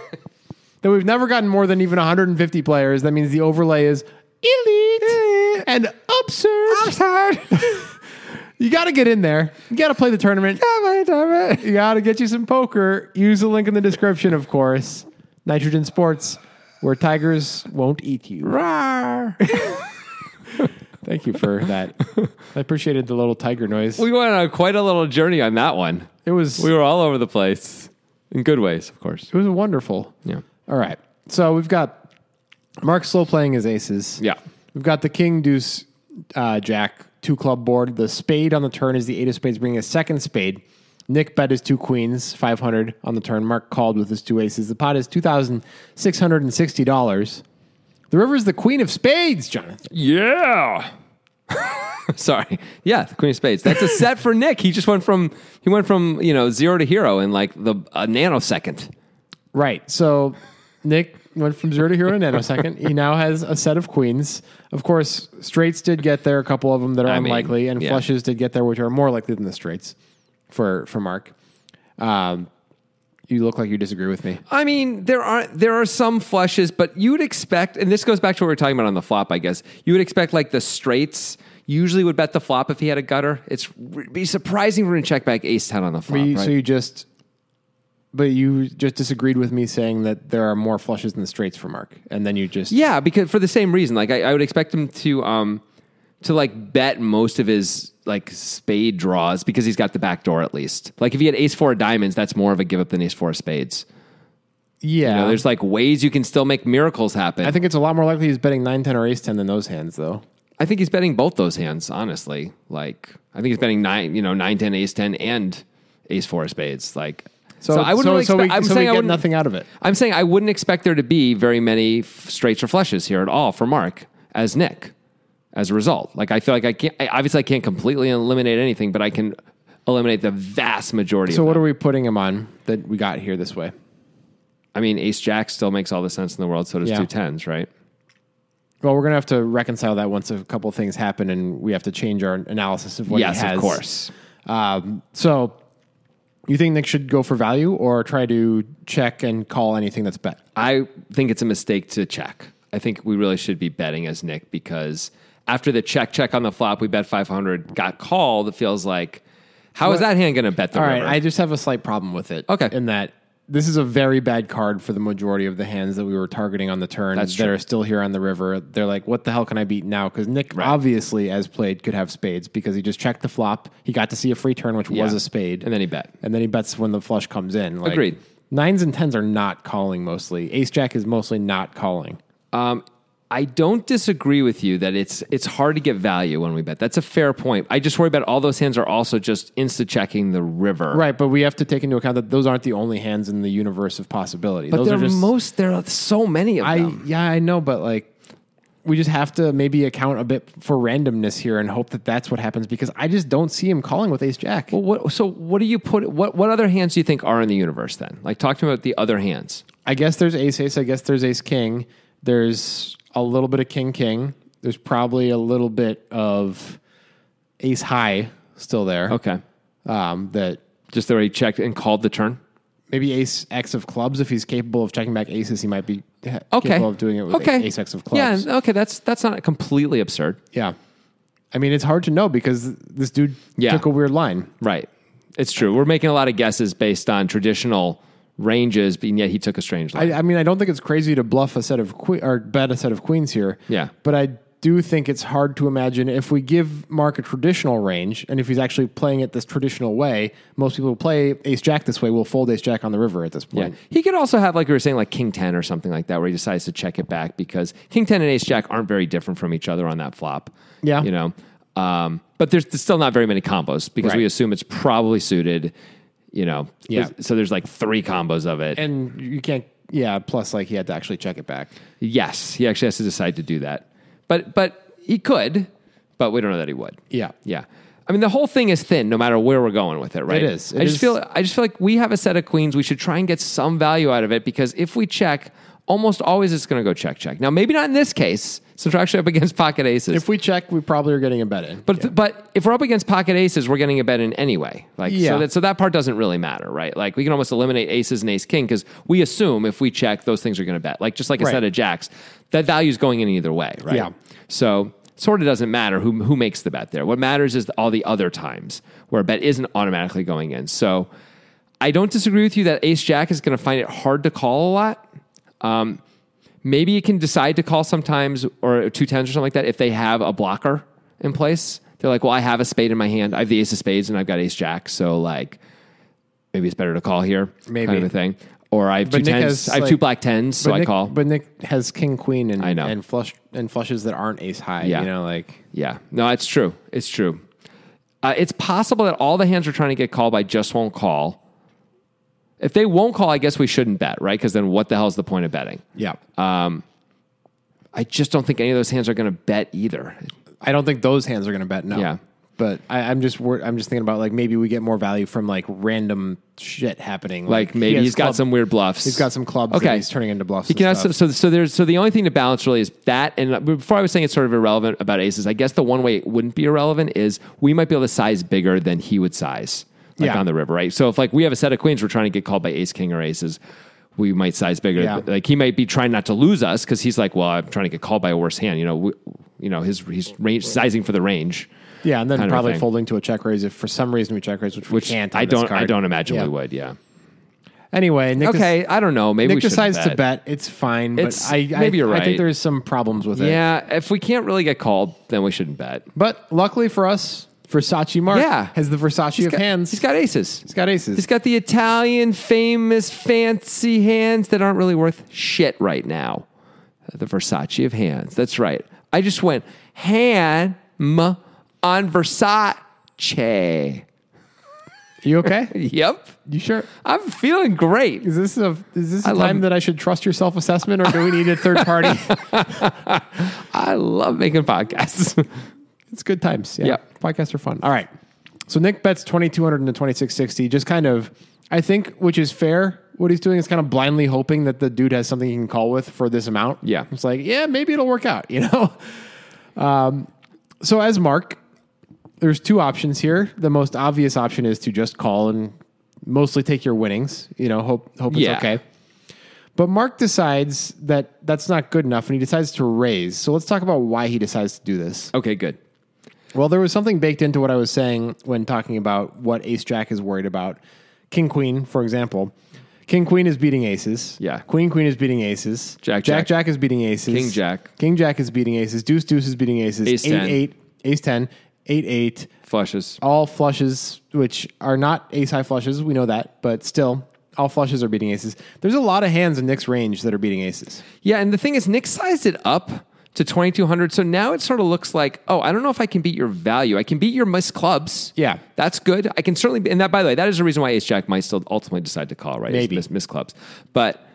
that we've never gotten more than even 150 players. That means the overlay is elite and absurd. absurd. You got to get in there. You got to play the tournament. You got to get you some poker. Use the link in the description, of course. Nitrogen Sports, where tigers won't eat you. Thank you for that. I appreciated the little tiger noise. We went on quite a little journey on that one. It was We were all over the place in good ways, of course. it was wonderful. Yeah. All right. So we've got Mark Slow playing his aces. Yeah. We've got the King Deuce uh, Jack two club board. The spade on the turn is the eight of spades, bringing a second spade. Nick bet his two queens, five hundred on the turn. Mark called with his two aces. The pot is two thousand six hundred and sixty dollars. The river is the queen of spades, Jonathan. Yeah. Sorry. Yeah, the Queen of Spades. That's a set for Nick. He just went from he went from, you know, zero to hero in like the a nanosecond. Right. So Nick went from zero to hero in a nanosecond. He now has a set of queens. Of course, straights did get there, a couple of them that are I mean, unlikely, and yeah. flushes did get there, which are more likely than the straights for for Mark. Um, you look like you disagree with me. I mean, there are there are some flushes, but you would expect, and this goes back to what we were talking about on the flop, I guess. You would expect like the straights usually would bet the flop if he had a gutter. It's would be surprising for him to check back ace ten on the flop. You- right? So you just, but you just disagreed with me saying that there are more flushes than straights for Mark, and then you just Yeah, because for the same reason, like I, I would expect him to um to like bet most of his like spade draws because he's got the back door at least. Like if he had ace four of diamonds, that's more of a give up than ace four of spades. yeah. You know, there's like ways you can still make miracles happen. I think it's a lot more likely he's betting nine ten or ace ten than those hands though. I think he's betting both those hands, honestly. Like I think he's betting nine, you know, nine ten, ace ten, and ace four of spades. Like so, I wouldn't. so, really so expect- we, I'm so we saying I get wouldn't- nothing out of it. I'm saying I wouldn't expect there to be very many f- straights or flushes here at all for Mark as Nick. As a result, like I feel like I can't. I, obviously, I can't completely eliminate anything, but I can eliminate the vast majority. So of what them. are we putting him on that we got here this way? I mean, Ace Jack still makes all the sense in the world. So does Yeah. two tens, right? Well, we're gonna have to reconcile that once a couple things happen, and we have to change our analysis of what yes, he has. of course. Um, so, you think Nick should go for value or try to check and call anything that's bet? I think it's a mistake to check. I think we really should be betting as Nick because after the check check on the flop, we bet 500, got called. It feels like how is that hand going to bet the All right, river? I just have a slight problem with it. Okay. in that this is a very bad card for the majority of the hands that we were targeting on the turn That's that true. are still here on the river. They're like, what the hell can I beat now? Because Nick obviously, as played, could have spades because he just checked the flop. He got to see a free turn, which Yeah. was a spade, And then he bet. and then he bets when the flush comes in. Like, Agreed. Nines and tens are not calling mostly. Ace Jack is mostly not calling. Um, I don't disagree with you that it's it's hard to get value when we bet. That's a fair point. I just worry about all those hands are also just insta checking the river. Right, but we have to take into account that those aren't the only hands in the universe of possibility. But those there are are just most there are so many of I them. yeah, I know, but like we just have to maybe account a bit for randomness here and hope that that's what happens because I just don't see him calling with Ace Jack. Well, what, so what do you put? What what other hands do you think are in the universe then? Like talk to me about the other hands. I guess there's Ace Ace. I guess there's Ace King. There's a little bit of King King. There's probably a little bit of Ace High still there. Okay, Um, that just the way he checked and called the turn. maybe Ace X of Clubs. If he's capable of checking back aces, he might be ha- capable of doing it with Ace X of Clubs. Yeah, okay, that's that's not completely absurd. Yeah. I mean, it's hard to know because this dude Yeah. took a weird line. Right. It's true. We're making a lot of guesses based on traditional ranges, but yet he took a strange line. I, I mean, I don't think it's crazy to bluff a set of que- or bet a set of queens here. Yeah. But I do think it's hard to imagine if we give Mark a traditional range and if he's actually playing it this traditional way, most people who play ace jack this way will fold ace jack on the river at this yeah. point. He could also have, like we were saying, like King 10 or something like that, where he decides to check it back because King 10 and Ace Jack aren't very different from each other on that flop. Yeah. You know, um, but there's, there's still not very many combos because Right. we assume it's probably suited, you know. Yeah. There's- So there's like three combos of it. And you can't, yeah, plus like he had to actually check it back. Yes, he actually has to decide to do that. But but he could, but we don't know that he would. Yeah. Yeah. I mean the whole thing is thin no matter where we're going with it, right? is. It I just is- feel I just feel like we have a set of queens. We should try and get some value out of it because if we check, almost always it's going to go check check. Now maybe not in this case since we're actually up against pocket aces. If we check, we probably are getting a bet in. But but if we're up against pocket aces, we're getting a bet in anyway. Like Yeah. so that so that part doesn't really matter, right? Like we can almost eliminate aces and ace king because we assume if we check, those things are going to bet. Like just like a Right. set of jacks, that value's going in either way, right? Yeah. So sort of doesn't matter who who makes the bet there. What matters is all the other times where a bet isn't automatically going in. So I don't disagree with you that ace jack is going to find it hard to call a lot. Um, maybe you can decide to call sometimes or two tens or something like that if they have a blocker in place. They're like, well, I have a spade in my hand. I have the ace of spades and I've got ace jack. So like, maybe it's better to call here. Maybe. kind of a thing. Or I have But two Nick tens. has, I have like- two black tens, so but I Nick, call. But Nick has king queen and I know. and flush and flushes that aren't ace high. Yeah. You know, like Yeah, no, it's true. It's true. Uh, it's possible that all the hands are trying to get called by just won't call. If they won't call, I guess we shouldn't bet, right? Because then what the hell is the point of betting? yeah. I just don't think any of those hands are going to bet either. I don't think those hands are going to bet. No. Yeah. But I, I'm just wor- I'm just thinking about like maybe we get more value from like random shit happening. Like he maybe has he's got club- some weird bluffs. He's got some clubs. Okay. Okay. he's turning into bluffs. He and can stuff. also, so so there's so the only thing to balance really is that. And before I was saying it's sort of irrelevant about aces. I guess the one way it wouldn't be irrelevant is we might be able to size bigger than he would size, like Yeah. on the river, right? So if like we have a set of queens, we're trying to get called by ace king or aces. We might size bigger. Yeah. Like he might be trying not to lose us because he's like, well, I'm trying to get called by a worse hand. You know, we, you know his he's range sizing for the range. yeah, and then kind of a probably thing. folding to a check raise if for some reason we check raise, which, Which we can't. on I this don't. I card. don't imagine Yeah. we would. Yeah. Anyway, Nick okay. Okay. I don't know. Maybe we Nick shouldn't decides to bet. bet. It's fine, but It's- I, I maybe you're I right. think there's some problems with it. Yeah. If we can't really get called, then we shouldn't bet. But luckily for us, Versace Mark Yeah. has the Versace He's of got- hands. He's got aces. he's got aces. He's got the Italian famous fancy hands that aren't really worth shit right now. The Versace of hands. That's right. I just went ham on Versace. you okay? Yep. you sure? I'm feeling great. Is this a is this a love time it. that I should trust your self assessment, or do we need a third party? I love making podcasts. it's good times. Yeah. Yeah. Podcasts are fun. All right. So Nick bets 2200 into 2660. Just kind of, I think, which is fair. What he's doing is kind of blindly hoping that the dude has something he can call with for this amount. Yeah. It's like, yeah, maybe it'll work out, you know? Um, so as Mark, there's two options here. The most obvious option is to just call and mostly take your winnings, you know, hope, hope it's Yeah. okay. But Mark decides that that's not good enough and he decides to raise. So let's talk about why he decides to do this. okay, good. Well, there was something baked into what I was saying when talking about what Ace Jack is worried about. King Queen, for example. King Queen is beating aces. Yeah. Queen Queen is beating aces. Jack, Jack Jack. is beating aces. King Jack. King Jack is beating aces. Deuce Deuce is beating aces. Ace eight 10. eight. Ace ten. Eight eight. Flushes. All flushes, which are not ace high flushes, we know that, but still, all flushes are beating aces. There's a lot of hands in Nick's range that are beating aces. Yeah, and the thing is, Nick sized it up to 2,200. So now it sort of looks like, oh, I don't know if I can beat your value. I can beat your miss clubs. Yeah. That's good. I can certainly, be, and that, by the way, that is the reason why Ace Jack might still ultimately decide to call, right? is Maybe. Miss, miss clubs. But,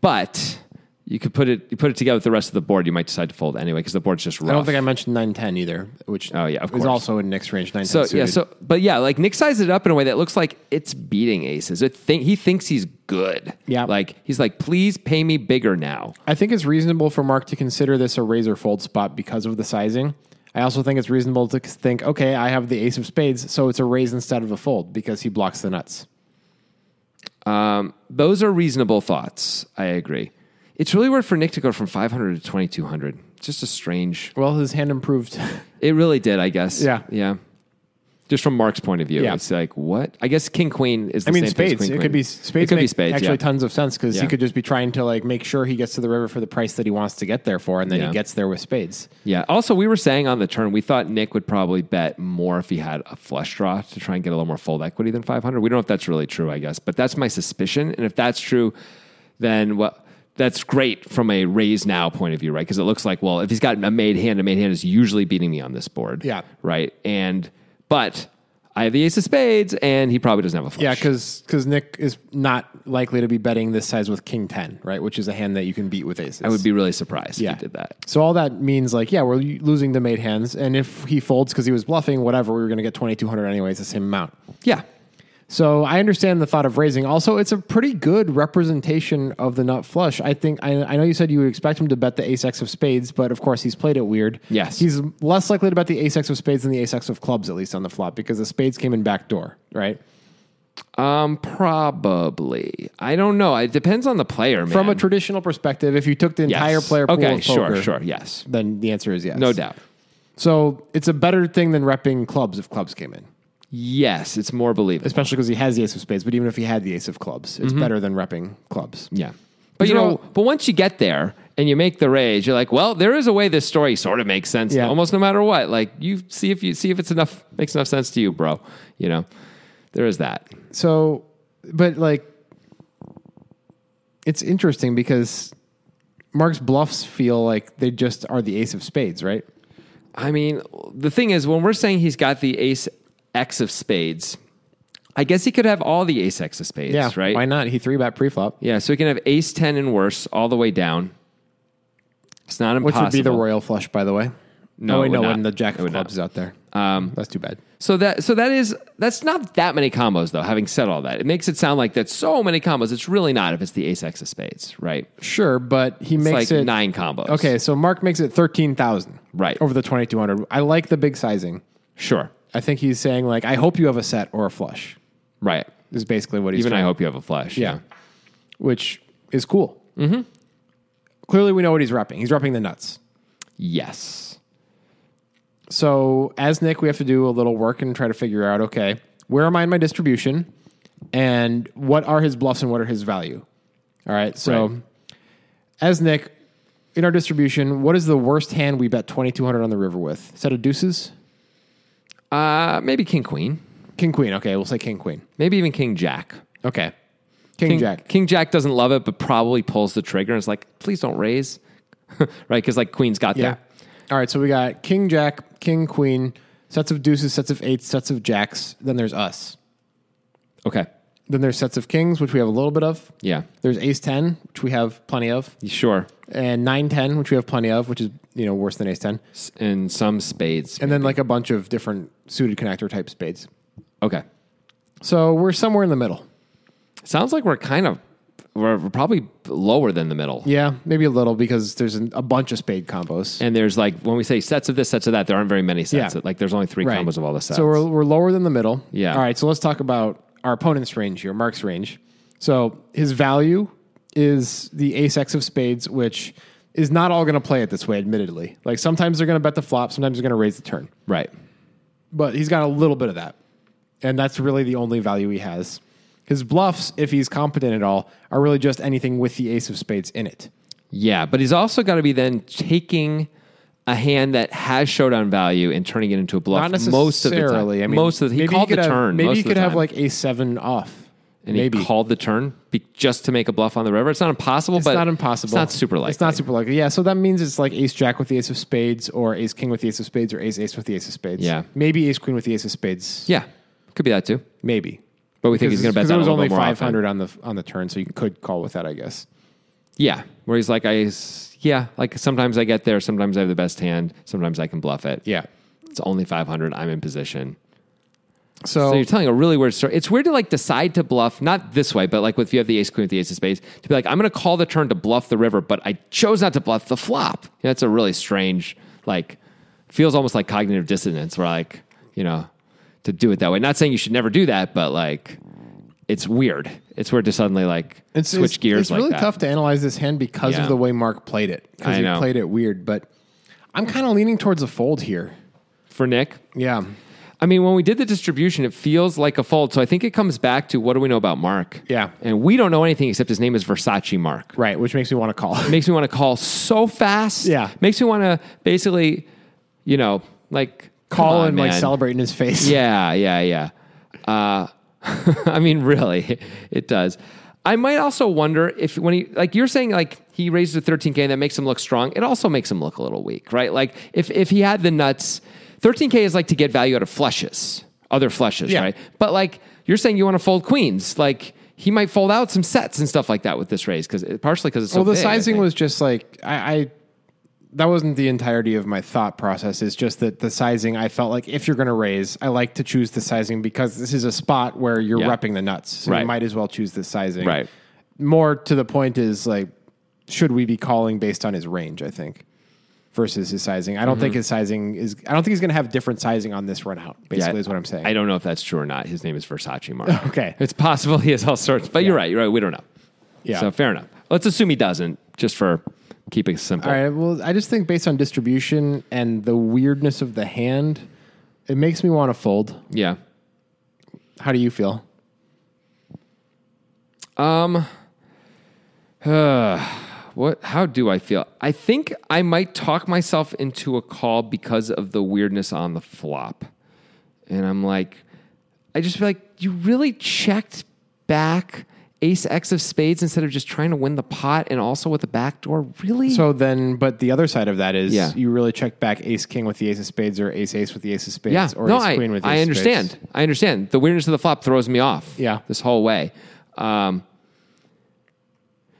but. You could put it you put it together with the rest of the board. You might decide to fold anyway because the board's just rough. I don't think I mentioned 910 either, which Oh, yeah, of is course. also in Nick's range. 910 So yeah, suited. so but yeah, like Nick sized it up in a way that looks like it's beating aces. It think he thinks he's good. Yeah. like he's like, please pay me bigger now. I think it's reasonable for Mark to consider this a razor fold spot because of the sizing. I also think it's reasonable to think, okay, I have the ace of spades, so it's a raise instead of a fold because he blocks the nuts. Those are reasonable thoughts. I agree. It's really weird for Nick to go from 500 to 2200. It's just a strange. Well, his hand improved. It really did, I guess. Yeah. Yeah. Just from Mark's point of view, Yeah. it's like, what? I guess King Queen is the I mean, same thing as spades. Queen, It Queen. could be spades. It could be make spades. Actually, yeah. tons of sense because he Yeah. could just be trying to like make sure he gets to the river for the price that he wants to get there for, and then he Yeah. gets there with spades. yeah. Also, we were saying on the turn, we thought Nick would probably bet more if he had a flush draw to try and get a little more fold equity than 500. We don't know if that's really true, I guess, but that's my suspicion. And if that's true, then what? That's great from a raise now point of view, right? Because it looks like, well, if he's got a made hand, a made hand is usually beating me on this board. Yeah. Right. And, but I have the ace of spades and he probably doesn't have a flush. Yeah, because Nick is not likely to be betting this size with king ten, right? Which is a hand that you can beat with aces. I would be really surprised Yeah. if he did that. So all that means, like, yeah, we're losing the made hands, and if he folds because he was bluffing, whatever, we were going to get twenty two hundred anyways, the same amount. Yeah. So I understand the thought of raising. Also, it's a pretty good representation of the nut flush. I think I, I know you said you would expect him to bet the ace x of spades, but of course he's played it weird. Yes. he's less likely to bet the ace x of spades than the ace x of clubs, at least on the flop, because the spades came in back door, right? Um, probably. I don't know. It depends on the player, man. From a traditional perspective, if you took the Yes. entire player pool, Okay, of sure, poker, sure, yes. then the answer is yes, No doubt. So it's a better thing than repping clubs if clubs came in. Yes, it's more believable. especially because he has the ace of spades. But even if he had the ace of clubs, it's better than repping clubs. Yeah. But These you are know, all- but once you get there and you make the raise, you're like, well, there is a way this story sort of makes sense Yeah. almost no matter what. Like you see if you see if it's enough makes enough sense to you, bro. You know. There is that. So, but like, it's interesting because Mark's bluffs feel like they just are the ace of spades, right? I mean, the thing is, when we're saying he's got the ace X of spades, I guess he could have all the ace X of spades, right? Why not? He three bet preflop, Yeah, so he can have ace 10 and worse all the way down. It's not which impossible. would be the royal flush, by the way. No, oh, it wait, would no, not. when the jack It of would clubs is not. out there. That's too bad. So that so that is that's not that many combos though. Having said all that, it makes it sound like that's so many combos. It's really not if it's the ace x of spades, right? Sure, but he It's like makes it nine combos. Okay, so Mark makes it thirteen thousand, Right. over the twenty two hundred. I like the big sizing. sure, I think he's saying like, I hope you have a set or a flush. right. Is basically what he's Even trying I hope you have a flush. Yeah. Which is cool. Mm-hmm. Clearly, we know what he's repping. He's repping the nuts. Yes. So, as Nick, we have to do a little work and try to figure out okay, where am I in my distribution? And what are his bluffs and what are his value? All right. So, Right. as Nick, in our distribution, what is the worst hand we bet 2200 on the river with? Set of deuces? Uh, maybe king queen. King queen. Okay. We'll say king queen. Maybe even king jack. Okay. King, jack. King jack doesn't love it, but probably pulls the trigger and is like, please don't raise, right? Because like queen's got Yeah. that. All right, so we got king, jack, king, queen, sets of deuces, sets of eights, sets of jacks. Then there's us. Okay. Then there's sets of kings, which we have a little bit of. Yeah. There's ace 10, which we have plenty of, Sure. and nine ten, which we have plenty of, which is, you know, worse than ace 10. S- And some spades. And then like a bunch of different suited connector type spades. okay. So we're somewhere in the middle. Sounds like we're kind of we're, we're probably lower than the middle. Yeah, maybe a little because there's an, a bunch of spade combos. And there's like when we say sets of this, sets of that, there aren't very many sets. Yeah. Like there's only three combos of all the sets. So we're, we're lower than the middle. Yeah. All right. So let's talk about our opponent's range here, Mark's range. So his value is the ace X of spades, which is not all going to play it this way, admittedly. Like sometimes they're going to bet the flop, sometimes they're going to raise the turn. right. But he's got a little bit of that. And that's really the only value he has. His bluffs, if he's competent at all, are really just anything with the ace of spades in it. Yeah, but he's also got to be then taking a hand that has showdown value and turning it into a bluff. Not necessarily. Most of the time, I mean, most of the, he maybe called could the have- turn. Maybe most he of the could have time. like ace seven off. and maybe. he called the turn be, just to make a bluff on the river. It's not impossible, It's but not impossible. It's not super likely. It's not super likely. Yeah. So that means it's like ace jack with the ace of spades, or ace king with the ace of spades, or ace ace with the ace of spades. Yeah. Maybe ace queen with the ace of spades. Yeah, could be that too. Maybe. But we think he's going to bet because that It a was little only bit more often. five hundred on the on the turn, so you could call with that, I guess. Yeah, where he's like, I s- yeah, like sometimes I get there, sometimes I have the best hand, sometimes I can bluff it. Yeah. it's only five hundred. I'm in position. So, So you're telling a really weird story. It's weird to like decide to bluff, not this way, but like if you have the ace queen with the ace of spades, to be like, I'm going to call the turn to bluff the river, but I chose not to bluff the flop. You know, that's a really strange, like, feels almost like cognitive dissonance. Where like, you know, to do it that way. Not saying you should never do that, but like, it's weird. It's weird to suddenly like switch it's, gears. It's like really that. tough to analyze this hand because Yeah. of the way Mark played it. Because I he know. played it weird, but I'm kind of leaning towards a fold here. for Nick. Yeah. I mean, when we did the distribution, it feels like a fold. So I think it comes back to what do we know about Mark? Yeah. And we don't know anything except his name is Versace Mark. Right, which makes me want to call. Makes me want to call so fast. Yeah. Makes me want to basically, you know, like call come on, and like man. celebrate in his face. Yeah, yeah, yeah. Uh, I mean, really, it does. I might also wonder if when he like you're saying like he raised a 13k and that makes him look strong. It also makes him look a little weak, right? Like if if he had the nuts, 13k is like to get value out of flushes, other flushes, Yeah. right? But like you're saying, you want to fold queens, like. He might fold out some sets and stuff like that with this raise because partially because it's so well, the big, I sizing think. was just like I, I that wasn't the entirety of my thought process. It's just that the sizing, I felt like if you're going to raise, I like to choose the sizing because this is a spot where you're Yeah. repping the nuts. So Right. you might as well choose the sizing. Right. More to the point is like, should we be calling based on his range, I think, versus his sizing? I don't think his sizing is, I don't think he's going to have different sizing on this run out, basically, is what I'm saying. Mm-hmm. I don't know if that's true or not. His name is Versace Mark. Okay. It's possible he has all sorts, but you're right. You're right. We don't know. Yeah. So fair enough. Let's assume he doesn't, just for keeping it simple. All right. Well, I just think based on distribution and the weirdness of the hand, it makes me want to fold. Yeah. How do you feel? What? How do I feel? I think I might talk myself into a call because of the weirdness on the flop, and I'm like, I just feel like you really checked back Ace X of Spades instead of just trying to win the pot and also with the back door. Really? So then, but the other side of that is Yeah. you really check back ace king with the ace of spades or ace ace with the ace of spades yeah. or no, ace I, queen with ace I of understand. spades. I understand. The weirdness of the flop throws me off. Yeah. This whole way. Um,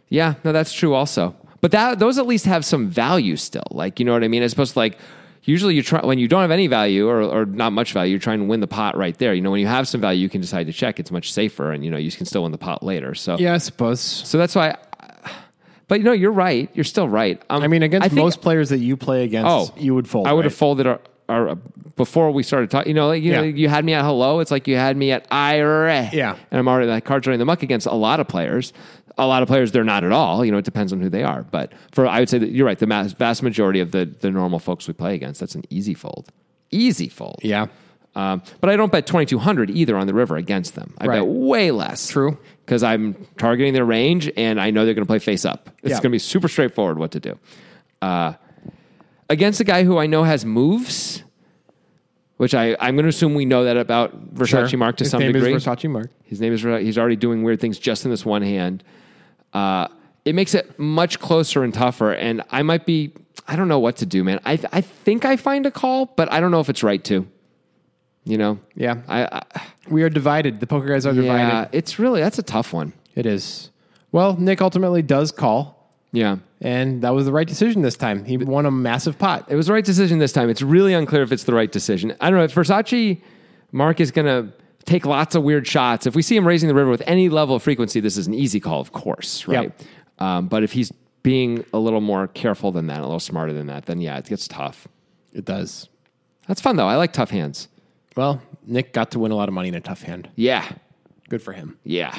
yeah. No, that's true also. But that those at least have some value still. Like you know what I mean. As opposed to like usually you try when you don't have any value or, or not much value, you're trying to win the pot right there. You know when you have some value, you can decide to check. It's much safer, and you know you can still win the pot later. So Yeah, I suppose. So that's why. but you know you're right. You're still right. Um, I mean, against I think- most players that you play against, Oh, you would fold. I would have right? folded our, our, before we started talking. You know, like you, know, Yeah. you had me at hello. It's like you had me at IRA. Yeah. and I'm already like cards running the muck against a lot of players. A lot of players, they're not at all. You know, it depends on who they are. But for I would say that you're right. The mass, vast majority of the the normal folks we play against, that's an easy fold. Easy fold. Yeah. Um, but I don't bet 2,200 either on the river against them. I Right. bet way less. True. Because I'm targeting their range and I know they're going to play face up. It's Yeah. going to be super straightforward what to do. Uh, against a guy who I know has moves, which I, I'm going to assume we know that about Versace Sure. Mark to His some name degree. Is Versace Mark. His name is he's already doing weird things just in this one hand. Uh, it makes it much closer and tougher. And I might be I don't know what to do, man. I I think I find a call, but I don't know if it's right to. You know. Yeah. I, I We are divided. The poker guys are yeah. divided. It's really that's a tough one. It is. Well, Nick ultimately does call, Yeah. and that was the right decision this time. He won a massive pot. It was the right decision this time. It's really unclear if it's the right decision. I don't know if Versace Mark is going to take lots of weird shots. If we see him raising the river with any level of frequency, this is an easy call, of course, right? Um, but if he's being a little more careful than that, a little smarter than that, then yeah, it gets tough. It does. That's fun though. I like tough hands. Well, Nick got to win a lot of money in a tough hand. Yeah, Good for him. yeah.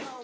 home.